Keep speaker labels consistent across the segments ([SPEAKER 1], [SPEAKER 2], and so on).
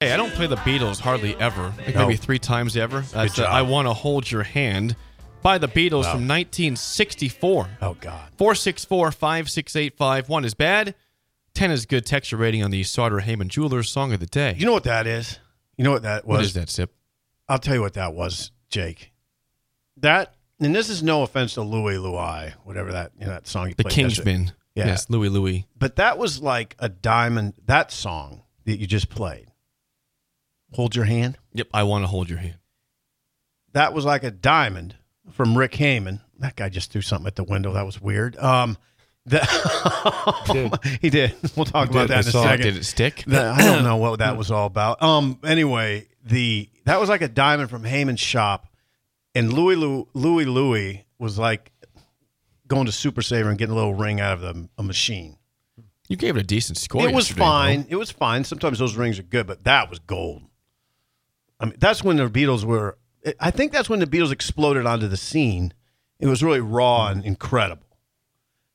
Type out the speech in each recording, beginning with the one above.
[SPEAKER 1] Hey, I don't play the Beatles hardly ever. Like
[SPEAKER 2] No.
[SPEAKER 1] Maybe three times ever. That's uh,
[SPEAKER 2] job.
[SPEAKER 1] I Want to Hold Your Hand by the Beatles
[SPEAKER 2] Wow.
[SPEAKER 1] from 1964.
[SPEAKER 2] Oh God.
[SPEAKER 1] 464 5685. One is bad, 10 is good. Texture rating on the Sauter Heyman Jewelers Song of the Day.
[SPEAKER 2] You know what that is? You know what that was?
[SPEAKER 1] what is that, Sip?
[SPEAKER 2] I'll tell you what that was, Jake. That and this is no offense to Louie Louie, whatever that you know, that song you
[SPEAKER 1] The
[SPEAKER 2] played yesterday.
[SPEAKER 1] Kingsman.
[SPEAKER 2] Yeah.
[SPEAKER 1] Yes, Louis Louis.
[SPEAKER 2] But that was like a diamond that song that you just played. Hold your hand.
[SPEAKER 1] Yep, I Want to Hold Your Hand.
[SPEAKER 2] That was like a diamond from Rick Heyman. That guy just threw something at the window. That was weird. Um that, he did. We'll talk about that in a second.
[SPEAKER 1] Did it stick?
[SPEAKER 2] That- I don't know what that was all about. Um. Anyway, the that was like a diamond from Heyman's shop, and Louis Lou, Louis Louis was like going to Super Saver and getting a little ring out of the, a machine.
[SPEAKER 1] You gave it a decent score.
[SPEAKER 2] it was
[SPEAKER 1] yesterday, bro.
[SPEAKER 2] fine. It was fine. Sometimes those rings are good, but that was gold. I mean, that's when the Beatles were. I think that's when the Beatles exploded onto the scene. It was really raw and incredible.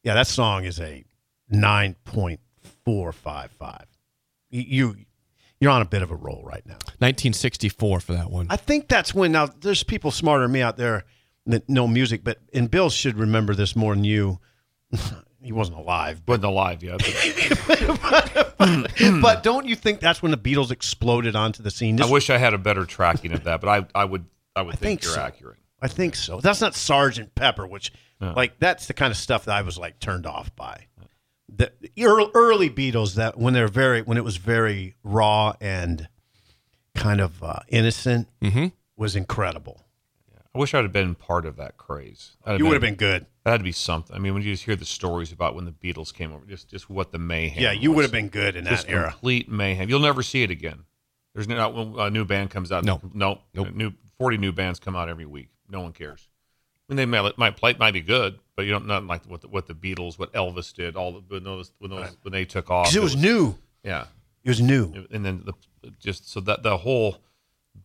[SPEAKER 2] Yeah, that song is a nine point four five five. You you're on a bit of a roll right now.
[SPEAKER 1] 1964 for that one.
[SPEAKER 2] I think that's when now there's people smarter than me out there that know music, but and Bill should remember this more than you. he wasn't alive, but
[SPEAKER 3] Wasn't alive yet.
[SPEAKER 2] but don't you think that's when the Beatles exploded onto the scene?
[SPEAKER 3] I
[SPEAKER 2] This-
[SPEAKER 3] wish I had a better tracking of that, but I, I would I would
[SPEAKER 2] I
[SPEAKER 3] think,
[SPEAKER 2] think
[SPEAKER 3] you're
[SPEAKER 2] so.
[SPEAKER 3] accurate.
[SPEAKER 2] I think so. That's not Sergeant Pepper, which like that's the kind of stuff that I was like turned off by. The early, early Beatles that when they're very when it was very raw and kind of uh, innocent
[SPEAKER 1] Mhm.
[SPEAKER 2] was incredible.
[SPEAKER 3] I wish I'd have been part of that craze. That'd
[SPEAKER 2] You would have been good.
[SPEAKER 3] That had to be something. I mean, when you just hear the stories about when the Beatles came over, just just what the mayhem.
[SPEAKER 2] Yeah, you
[SPEAKER 3] was.
[SPEAKER 2] would have been good in
[SPEAKER 3] just
[SPEAKER 2] that era.
[SPEAKER 3] complete mayhem. You'll never see it again. There's no not when a new band comes out.
[SPEAKER 1] No.
[SPEAKER 3] no,
[SPEAKER 1] Nope.
[SPEAKER 3] New forty new bands come out every week. No one cares. I mean, they might might play might be good, but you don't not like what the, what the Beatles, what Elvis did, all the, when those when those when they took off.
[SPEAKER 2] Because it was new.
[SPEAKER 3] Yeah,
[SPEAKER 2] It was new.
[SPEAKER 3] and then the just so that the whole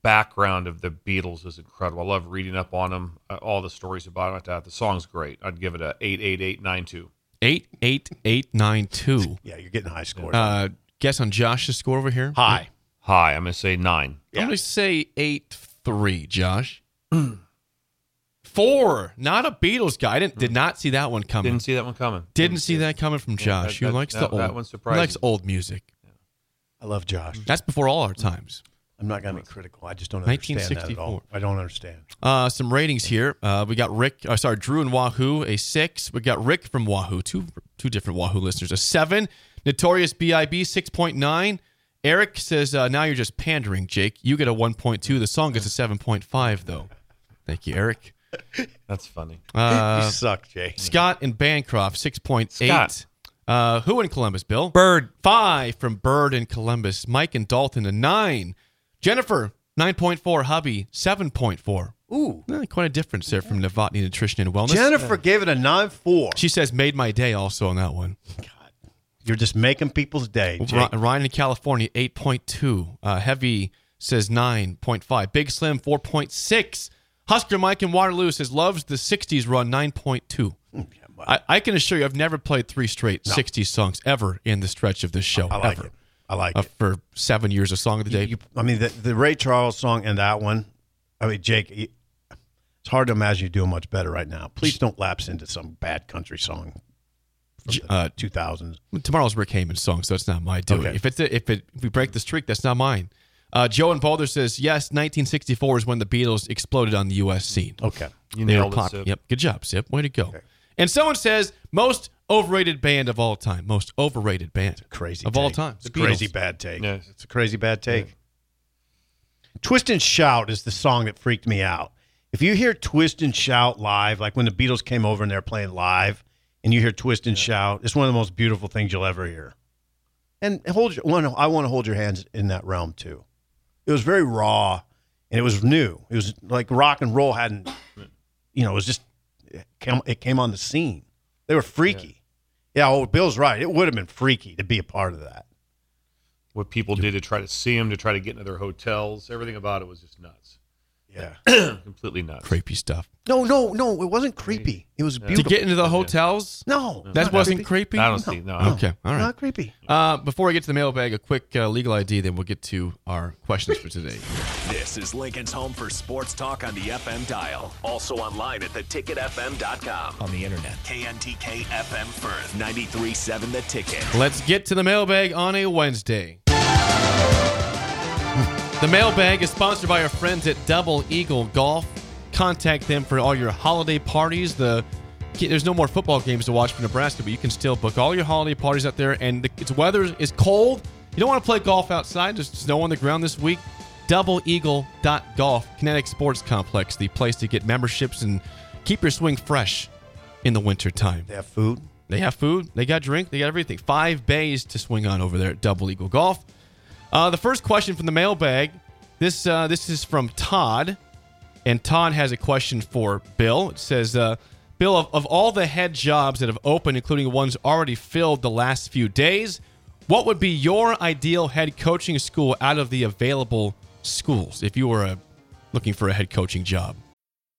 [SPEAKER 3] background of the Beatles is incredible. I love reading up on them, uh, all the stories about them. That the song's great. I'd give it a eight eight eight nine two.
[SPEAKER 1] 88892.
[SPEAKER 2] Yeah, you're getting high scores.
[SPEAKER 1] Uh, guess on Josh's score over here.
[SPEAKER 2] High.
[SPEAKER 3] Hi, I'm gonna say nine.
[SPEAKER 1] I'm going to say 8 3, Josh. Four. Not a Beatles guy. I didn't, did not see that one coming.
[SPEAKER 3] Mm. Didn't see that one coming.
[SPEAKER 1] Didn't see that coming from Josh. who
[SPEAKER 3] that- that-
[SPEAKER 1] likes the
[SPEAKER 3] that-
[SPEAKER 1] old.
[SPEAKER 3] that one
[SPEAKER 1] He
[SPEAKER 3] surprised
[SPEAKER 1] likes
[SPEAKER 3] me.
[SPEAKER 1] old music.
[SPEAKER 2] I love Josh.
[SPEAKER 1] That's before all our
[SPEAKER 3] Mm.
[SPEAKER 1] times.
[SPEAKER 2] I'm not gonna be critical. I just don't understand that at all.
[SPEAKER 1] 1964.
[SPEAKER 2] I don't understand.
[SPEAKER 1] Uh, some ratings here. Uh, we got Rick. Uh, sorry, Drew and Wahoo a six. We got Rick from Wahoo. Two two different Wahoo listeners. A seven. Notorious B.I.B. six point nine. Eric says uh, now you're just pandering, Jake. You get a one point two. The song gets a seven point five though. Thank you, Eric.
[SPEAKER 3] That's funny.
[SPEAKER 2] Uh, you suck, Jay.
[SPEAKER 1] Scott and Bancroft, 6.8.
[SPEAKER 3] Scott.
[SPEAKER 1] Uh, who in Columbus, Bill? Bird. Five from Bird in Columbus. Mike and Dalton, a nine. Jennifer, 9.4. Hubby, 7.4.
[SPEAKER 2] Ooh.
[SPEAKER 1] Eh, quite a difference there from Novotny Nutrition and Wellness.
[SPEAKER 2] Jennifer gave it a nine four.
[SPEAKER 1] She says, made my day also on that one.
[SPEAKER 2] You're just making people's day. Jake.
[SPEAKER 1] Ri- Ryan in California, 8.2. Uh, Heavy says 9.5. Big Slim, 4.6. Husker Mike in Waterloo says, loves the 60s run, 9.2.
[SPEAKER 2] Hmm,
[SPEAKER 1] I, I can assure you, I've never played three straight 60s songs ever in the stretch of this show.
[SPEAKER 2] I like
[SPEAKER 1] ever.
[SPEAKER 2] it. I like
[SPEAKER 1] Uh,
[SPEAKER 2] it.
[SPEAKER 1] for seven years of Song of the Day.
[SPEAKER 2] You- I mean, the, the Ray Charles song and that one. I mean, Jake, you- it's hard to imagine you doing much better right now. Please don't lapse into some bad country song
[SPEAKER 1] J-
[SPEAKER 2] from
[SPEAKER 1] uh,
[SPEAKER 2] the 2000s.
[SPEAKER 1] Tomorrow's Rick Heyman's song, so it's not my doing.
[SPEAKER 2] Okay.
[SPEAKER 1] If it's a, if it if we break the streak, that's not mine. Uh, Joe and Boulder says yes. 1964 is when the Beatles exploded on the U.S. scene.
[SPEAKER 2] Okay.
[SPEAKER 3] You
[SPEAKER 1] They were
[SPEAKER 3] nailed it.
[SPEAKER 1] pop.
[SPEAKER 3] Sip.
[SPEAKER 1] Yep. Good job, Sip. Way to go. And someone says most overrated band of all time. Most overrated band.
[SPEAKER 2] Crazy
[SPEAKER 1] of
[SPEAKER 2] take.
[SPEAKER 1] all time.
[SPEAKER 2] It's a
[SPEAKER 1] The Beatles.
[SPEAKER 2] crazy bad take.
[SPEAKER 3] Yeah.
[SPEAKER 2] It's a crazy bad take. Twist and Shout is the song that freaked me out. If you hear Twist and Shout live, like when the Beatles came over and they're playing live, and you hear Twist and Shout, it's one of the most beautiful things you'll ever hear. And hold your, one, I want to hold your hands in that realm too. It was very raw, and it was new. It was like rock and roll hadn't, you know, it was just it came, it came on the scene. They were freaky. Yeah, oh, Bill's right. It would have been freaky to be a part of that.
[SPEAKER 3] What people did to try to see him, to try to get into their hotels, everything about it was just nuts.
[SPEAKER 2] Yeah.
[SPEAKER 3] Completely nuts.
[SPEAKER 1] Creepy stuff.
[SPEAKER 2] No, no, no. It wasn't creepy. It was beautiful.
[SPEAKER 1] To get into the hotels.
[SPEAKER 2] no,
[SPEAKER 1] That
[SPEAKER 2] not
[SPEAKER 1] wasn't creepy.
[SPEAKER 3] I don't see. No.
[SPEAKER 1] Okay. All right.
[SPEAKER 2] Not creepy.
[SPEAKER 1] Uh, before we get to the mailbag, a quick uh, legal ID, then we'll get to our questions for today.
[SPEAKER 4] This is Lincoln's home for sports talk on the FM dial. Also online at theticketfm.com. On the internet. KNTK FM Firth, 93.7 The Ticket.
[SPEAKER 1] Let's get to the mailbag on a Wednesday. The mailbag is sponsored by our friends at Double Eagle Golf. Contact them for all your holiday parties. The there's no more football games to watch for Nebraska, but you can still book all your holiday parties out there. And the, it's weather is cold. You don't want to play golf outside. There's snow on the ground this week. Double DoubleEagle.golf, Kinetic Sports Complex, the place to get memberships and keep your swing fresh in the wintertime.
[SPEAKER 2] They have food.
[SPEAKER 1] They have food, they got drink, they got everything. Five bays to swing on over there at Double Eagle Golf. Uh, the first question from the mailbag. This uh, this is from Todd, and Todd has a question for Bill. It says, uh, "Bill, of, of all the head jobs that have opened, including ones already filled the last few days, what would be your ideal head coaching school out of the available schools if you were uh, looking for a head coaching job?"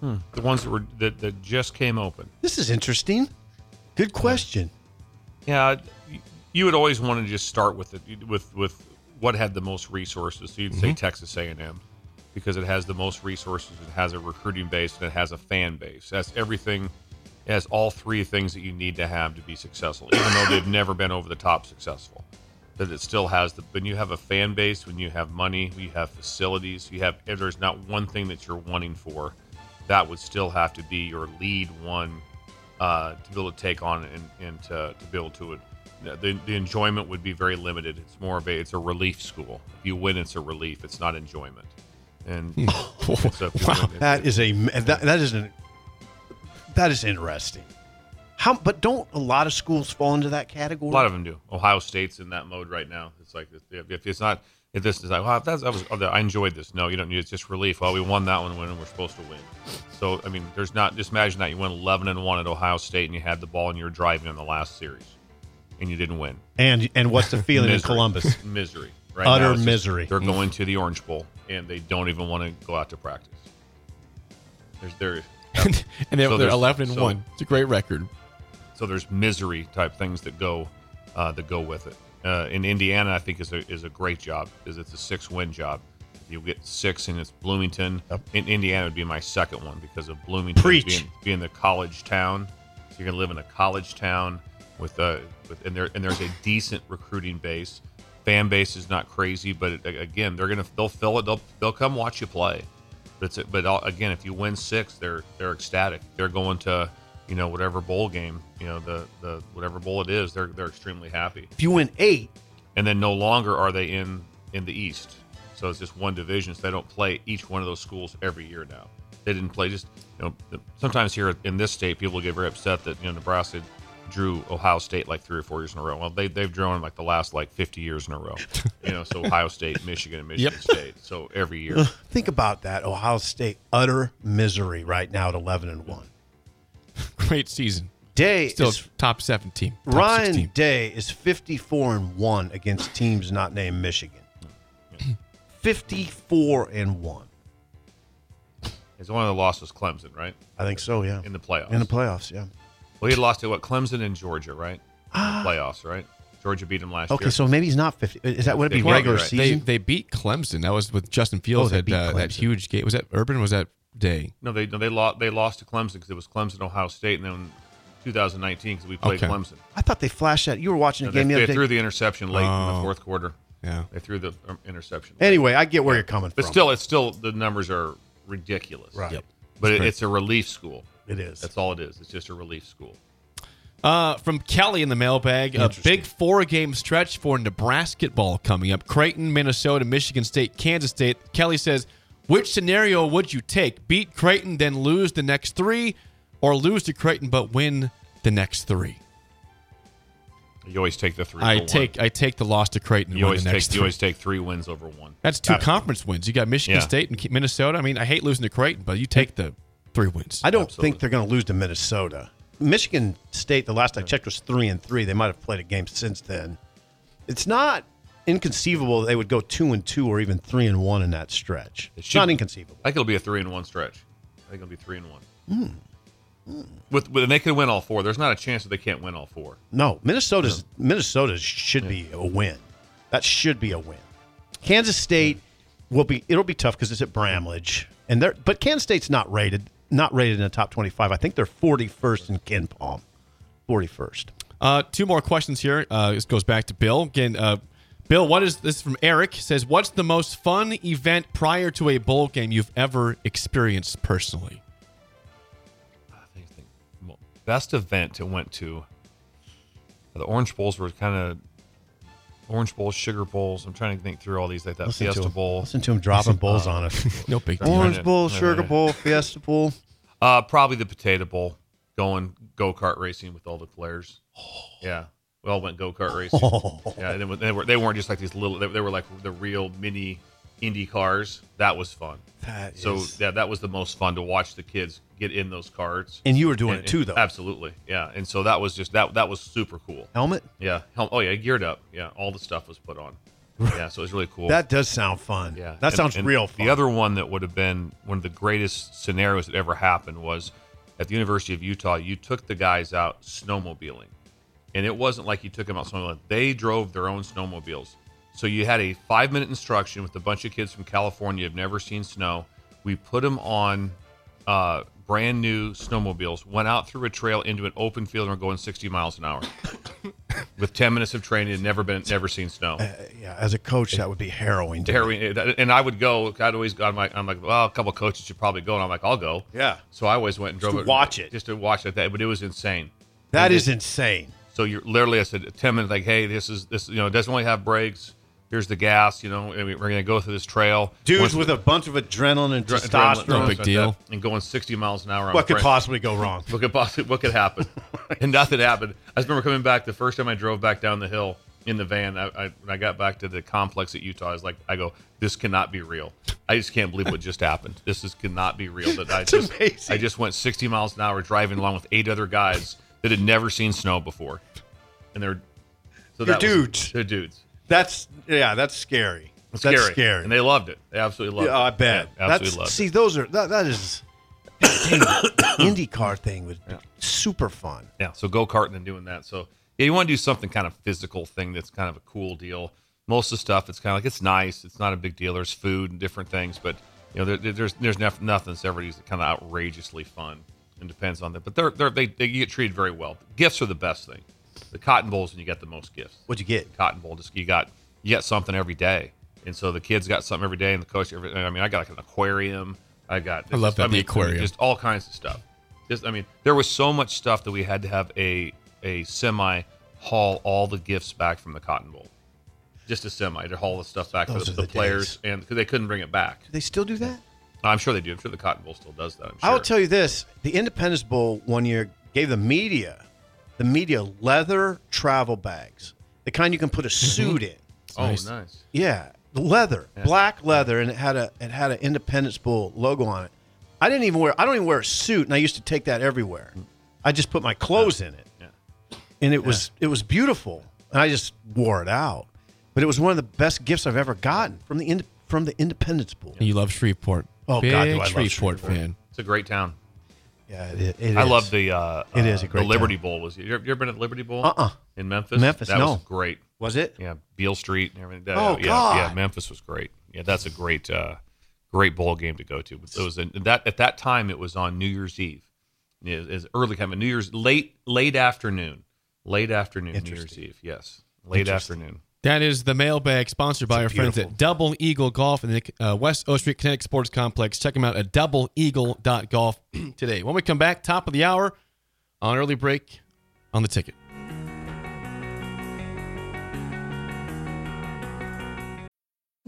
[SPEAKER 3] The ones that were that, that just came open.
[SPEAKER 2] This is interesting. Good question.
[SPEAKER 3] Yeah, y- you would always want to just start with it with with what had the most resources. So you'd say Texas A and M because it has the most resources, it has a recruiting base, and it has a fan base. That's everything. It has all three things that you need to have to be successful, even though they've never been over the top successful. That it still has the when you have a fan base, when you have money, when you have facilities, you have if there's not one thing that you're wanting for, that would still have to be your lead one uh, to be able to take on and, and to, to be able to uh, the, the enjoyment would be very limited it's more of a it's a relief school if you win it's a relief it's not enjoyment and it's a-
[SPEAKER 2] Hmm. Wow,
[SPEAKER 3] it's-
[SPEAKER 2] that is a that, that is an that is interesting. How? But don't a lot of schools fall into that
[SPEAKER 3] a
[SPEAKER 2] category?
[SPEAKER 3] lot of them do ohio state's in that mode right now it's like if, if it's not if this is like wow that's, that was oh, i enjoyed this no you don't need it's just relief well we won that one when we're supposed to win so i mean there's not just imagine that you went 11 and 1 at ohio state and you had the ball and you were driving in the last series and you didn't win
[SPEAKER 2] And and what's the feeling in
[SPEAKER 3] Misery.
[SPEAKER 2] Columbus?
[SPEAKER 3] misery. Right
[SPEAKER 2] Utter
[SPEAKER 3] now, it's just
[SPEAKER 2] misery.
[SPEAKER 3] They're going to the Orange Bowl and they don't even want to go out to practice. There's there,
[SPEAKER 1] and they're, they're
[SPEAKER 3] So there's-
[SPEAKER 1] 11 and
[SPEAKER 3] so-
[SPEAKER 1] 1. It's a great record.
[SPEAKER 3] so there's misery type things that go uh, that go with it. Uh, in Indiana, I think is a is a great job. Is it's a six win job. You get six, and it's Bloomington. In Indiana would be my second one because of Bloomington
[SPEAKER 2] Preach.
[SPEAKER 3] being being the college town. So you're gonna live in a college town with uh with and there and there's a decent recruiting base. Fan base is not crazy, but it, again, they're gonna they'll fill it. They'll they'll come watch you play. But it's, but all, again, if you win six, they're they're ecstatic. They're going to you know whatever bowl game, you know the the whatever bowl it is. They're they're extremely happy.
[SPEAKER 2] If you win eight,
[SPEAKER 3] And then no longer are they in in the East. So it's just one division. So they don't play each one of those schools every year now. They didn't play just you know the- sometimes here in this state people get very upset that you know Nebraska drew Ohio State like three or four years in a row. Well, they they've drawn like the last like 50 years in a row. You know, so Ohio State, Michigan, and Michigan State. So every year.
[SPEAKER 2] Think about that. Ohio State utter misery right now at eleven and one.
[SPEAKER 1] Great season.
[SPEAKER 2] Day
[SPEAKER 1] Still
[SPEAKER 2] is
[SPEAKER 1] top 17. Top
[SPEAKER 2] Ryan
[SPEAKER 1] 16.
[SPEAKER 2] Day is 54 and 1 against teams not named Michigan. 54 and 1.
[SPEAKER 3] His only other loss was Clemson, right?
[SPEAKER 2] I think so, yeah.
[SPEAKER 3] In the playoffs.
[SPEAKER 2] In the playoffs, yeah.
[SPEAKER 3] Well, he had lost to what? Clemson and Georgia, right? In the playoffs, right? Georgia beat him last
[SPEAKER 2] Okay,
[SPEAKER 3] year.
[SPEAKER 2] so maybe he's not 50. Is that would it be
[SPEAKER 3] They can't be
[SPEAKER 2] regular
[SPEAKER 3] right.
[SPEAKER 1] They,
[SPEAKER 2] season?
[SPEAKER 1] they beat Clemson. That was with Justin Fields
[SPEAKER 2] Oh, they
[SPEAKER 1] had
[SPEAKER 2] beat
[SPEAKER 1] uh, that
[SPEAKER 2] Clemson.
[SPEAKER 1] huge game. Was that Urban? or Was that Day?
[SPEAKER 3] no, they no, they lost they lost to Clemson because it was Clemson, Ohio State, and then 2019 because we played
[SPEAKER 1] Okay.
[SPEAKER 3] Clemson.
[SPEAKER 2] I thought they flashed that. You were watching
[SPEAKER 3] No,
[SPEAKER 2] the
[SPEAKER 3] they,
[SPEAKER 2] game the
[SPEAKER 3] they
[SPEAKER 2] other day.
[SPEAKER 3] threw the interception late in the
[SPEAKER 1] Oh.
[SPEAKER 3] fourth quarter.
[SPEAKER 1] Yeah.
[SPEAKER 3] They threw the um, interception. late.
[SPEAKER 2] anyway, I get where you're coming
[SPEAKER 3] but
[SPEAKER 2] from.
[SPEAKER 3] still, it's still the numbers are ridiculous.
[SPEAKER 2] Right. Yep.
[SPEAKER 3] But it, it's a relief school.
[SPEAKER 2] it is.
[SPEAKER 3] That's all it is. It's just a relief school.
[SPEAKER 1] Uh, from Kelly in the mailbag, a big four-game stretch for Nebraska ball coming up: Creighton, Minnesota, Michigan State, Kansas State. Kelly says, "Which scenario would you take? Beat Creighton, then lose the next three, or lose to Creighton but win the next three?
[SPEAKER 3] You always take the three.
[SPEAKER 1] I
[SPEAKER 3] over one.
[SPEAKER 1] take I take the loss to Creighton. and
[SPEAKER 3] You
[SPEAKER 1] win
[SPEAKER 3] always
[SPEAKER 1] the
[SPEAKER 3] take
[SPEAKER 1] next
[SPEAKER 3] you
[SPEAKER 1] three.
[SPEAKER 3] always take three wins over one.
[SPEAKER 1] That's two conference wins. You got Michigan
[SPEAKER 3] Yeah.
[SPEAKER 1] State and K- Minnesota. I mean, I hate losing to Creighton, but you take the three wins.
[SPEAKER 2] I don't think they're going to lose to Minnesota. Michigan State, the last I checked, was three and three. They might have played a game since then. It's not inconceivable that they would go two and two or even three and one in that stretch.
[SPEAKER 3] It
[SPEAKER 2] It's
[SPEAKER 3] should
[SPEAKER 2] not
[SPEAKER 3] be.
[SPEAKER 2] inconceivable.
[SPEAKER 3] I think it'll be a three and one stretch. I think it'll be three and one.
[SPEAKER 2] Hmm.
[SPEAKER 3] With, with and they could win all four. There's not a chance that they can't win all four.
[SPEAKER 2] No, Minnesota's Minnesota should be a win. That should be a win. Kansas State will be. It'll be tough because it's at Bramlage, and they're but Kansas State's not rated. Not rated in the top twenty-five. I think they're forty-first in Ken Palm. Forty-first.
[SPEAKER 1] Uh, two more questions here. Uh, this goes back to Bill again. Uh, Bill, what is this is from Eric? Says, what's the most fun event prior to a bowl game you've ever experienced personally?
[SPEAKER 3] I think, I think well, best event it went to. The Orange Bowls were kind of Orange Bowls, Sugar Bowls. I'm trying to think through all these like that
[SPEAKER 2] to
[SPEAKER 3] Fiesta
[SPEAKER 2] him.
[SPEAKER 3] Bowl.
[SPEAKER 2] Listen to him dropping bowls on us.
[SPEAKER 1] No big deal.
[SPEAKER 2] Orange Bowl,
[SPEAKER 3] Yeah,
[SPEAKER 2] Sugar
[SPEAKER 3] yeah.
[SPEAKER 2] Bowl, Fiesta Bowl.
[SPEAKER 3] Uh, probably the Potato Bowl. Going go kart racing with all the players.
[SPEAKER 2] Oh.
[SPEAKER 3] Yeah, we all went go kart racing. Yeah, and then they were they weren't just like these little. They, they were like the real mini Indy cars. That was fun.
[SPEAKER 2] That
[SPEAKER 3] so
[SPEAKER 2] is-
[SPEAKER 3] yeah, that was the most fun to watch the kids get in those cars.
[SPEAKER 2] And you were doing
[SPEAKER 3] And-
[SPEAKER 2] it too,
[SPEAKER 3] and-
[SPEAKER 2] though.
[SPEAKER 3] Absolutely, yeah. And so that was just that that was super cool.
[SPEAKER 2] Helmet?
[SPEAKER 3] Yeah. Hel- Oh yeah, geared up. Yeah, all the stuff was put on. Yeah, so it was really cool.
[SPEAKER 2] That does sound fun.
[SPEAKER 3] Yeah,
[SPEAKER 2] That
[SPEAKER 3] And-
[SPEAKER 2] sounds
[SPEAKER 3] and
[SPEAKER 2] real fun.
[SPEAKER 3] The other one that would have been one of the greatest scenarios that ever happened was at the University of Utah. You took the guys out snowmobiling, and it wasn't like you took them out snowmobiling. They drove their own snowmobiles. So you had a five-minute instruction with a bunch of kids from California who've never seen snow. We put them on uh, brand new snowmobiles, went out through a trail into an open field, and were going 60 miles an hour with 10 minutes of training and never been, never seen snow
[SPEAKER 2] yeah, as a coach, that would be harrowing. to me.
[SPEAKER 3] heroin, and I would go. I'd always go. I'm like, I'm like, well, a couple of coaches should probably go, and I'm like, I'll go.
[SPEAKER 2] Yeah.
[SPEAKER 3] So I always went and drove
[SPEAKER 2] to
[SPEAKER 3] it,
[SPEAKER 2] watch it.
[SPEAKER 3] just to watch like that. But it was insane.
[SPEAKER 2] That
[SPEAKER 3] And
[SPEAKER 2] is
[SPEAKER 3] it-
[SPEAKER 2] insane.
[SPEAKER 3] So you're literally, I said, ten minutes. Like, hey, this is this. You know, it doesn't really have brakes. Here's the gas. You know, and we- we're gonna go through this trail.
[SPEAKER 2] Dudes
[SPEAKER 3] Once-
[SPEAKER 2] with a bunch of adrenaline and
[SPEAKER 3] dr-
[SPEAKER 2] testosterone.
[SPEAKER 3] adrenaline,
[SPEAKER 1] No big
[SPEAKER 3] like
[SPEAKER 1] deal.
[SPEAKER 3] that, and going 60 miles an hour. on
[SPEAKER 2] What could
[SPEAKER 3] French-
[SPEAKER 2] possibly go wrong?
[SPEAKER 3] What could possibly what could happen? and nothing happened. I just remember coming back the first time I drove back down the hill in the van. I, I when I got back to the complex at Utah, I was like, I go, this cannot be real. I just can't believe what just happened. This is cannot be real. That I just
[SPEAKER 2] amazing.
[SPEAKER 3] I just went 60 miles an hour driving along with eight other guys that had never seen snow before, and they're so
[SPEAKER 2] They're
[SPEAKER 3] that was-
[SPEAKER 2] dudes.
[SPEAKER 3] they're dudes.
[SPEAKER 2] That's yeah, that's scary.
[SPEAKER 3] It's
[SPEAKER 2] that's
[SPEAKER 3] scary.
[SPEAKER 2] scary.
[SPEAKER 3] and they loved it. They absolutely loved
[SPEAKER 2] yeah, I
[SPEAKER 3] it.
[SPEAKER 2] bet.
[SPEAKER 3] Yeah, absolutely
[SPEAKER 2] that's
[SPEAKER 3] loved it.
[SPEAKER 2] see, those are that, that is. Dang, the IndyCar thing was super fun.
[SPEAKER 3] Yeah. So go karting and doing that. So yeah, you want to do something kind of physical thing that's kind of a cool deal. Most of the stuff, it's kind of like it's nice. It's not a big deal. There's food and different things, but you know, there- there, there's there's nef- nothing that's ever used that's kind of outrageously fun. And depends on that, but they're, they're they they you get treated very well. Gifts are the best thing. The Cotton Bowls when you get the most gifts.
[SPEAKER 2] What'd you get?
[SPEAKER 3] Cotton Bowl. Just you got you got something every day, and so the kids got something every day, and the coach. Every, I mean, I got like an aquarium. I got.
[SPEAKER 1] I love that, the
[SPEAKER 3] mean,
[SPEAKER 1] aquarium.
[SPEAKER 3] Just all kinds of stuff. Just I mean, there was so much stuff that we had to have a a semi haul all the gifts back from the Cotton Bowl. just a semi to haul the stuff back
[SPEAKER 2] Those
[SPEAKER 3] to
[SPEAKER 2] are
[SPEAKER 3] the,
[SPEAKER 2] the
[SPEAKER 3] players, and because they couldn't bring it back.
[SPEAKER 2] They still do that?
[SPEAKER 3] I'm sure they do. I'm sure the Cotton Bowl still does that. I'm sure.
[SPEAKER 2] I will tell you this: the Independence Bowl one year gave the media, the media leather travel bags, the kind you can put a
[SPEAKER 3] Mm-hmm.
[SPEAKER 2] suit in.
[SPEAKER 3] Oh,
[SPEAKER 1] Nice.
[SPEAKER 3] nice.
[SPEAKER 2] Yeah, the leather, black leather, and it had a it had an Independence Bowl logo on it. I didn't even wear. I don't even wear a suit, and I used to take that everywhere. I just put my clothes in it,
[SPEAKER 3] Mm. Yeah.
[SPEAKER 2] and it was it was beautiful, and I just wore it out. But it was one of the best gifts I've ever gotten from the ind- from the Independence Bowl.
[SPEAKER 1] You love Shreveport.
[SPEAKER 2] Oh,
[SPEAKER 1] Big
[SPEAKER 2] God, do I love
[SPEAKER 1] Shreveport,
[SPEAKER 2] Shreveport.
[SPEAKER 1] fan.
[SPEAKER 3] It's a great town.
[SPEAKER 2] Yeah, it, it
[SPEAKER 3] I
[SPEAKER 2] is.
[SPEAKER 3] love the. Uh,
[SPEAKER 2] It
[SPEAKER 3] uh,
[SPEAKER 2] is a great
[SPEAKER 3] the Liberty Bowl. Was you ever, you ever been at Liberty Bowl?
[SPEAKER 2] Uh-uh.
[SPEAKER 3] In Memphis.
[SPEAKER 2] Memphis,
[SPEAKER 3] That
[SPEAKER 2] no.
[SPEAKER 3] was great.
[SPEAKER 2] Was it?
[SPEAKER 3] Yeah, Beale Street and everything.
[SPEAKER 2] Oh,
[SPEAKER 3] yeah,
[SPEAKER 2] God.
[SPEAKER 3] yeah, Memphis was great. Yeah, that's a great, uh, great bowl game to go to. But it was in, that at that time it was on New Year's Eve. Yeah, It was early kind of New Year's late late afternoon, late afternoon New Year's Eve. Yes, late afternoon.
[SPEAKER 1] That is the mailbag sponsored by our friends at Double Eagle Golf in the uh, West O Street Kinetic Sports Complex. Check them out at doubleeagle.golf today. When we come back, top of the hour on early break on the ticket.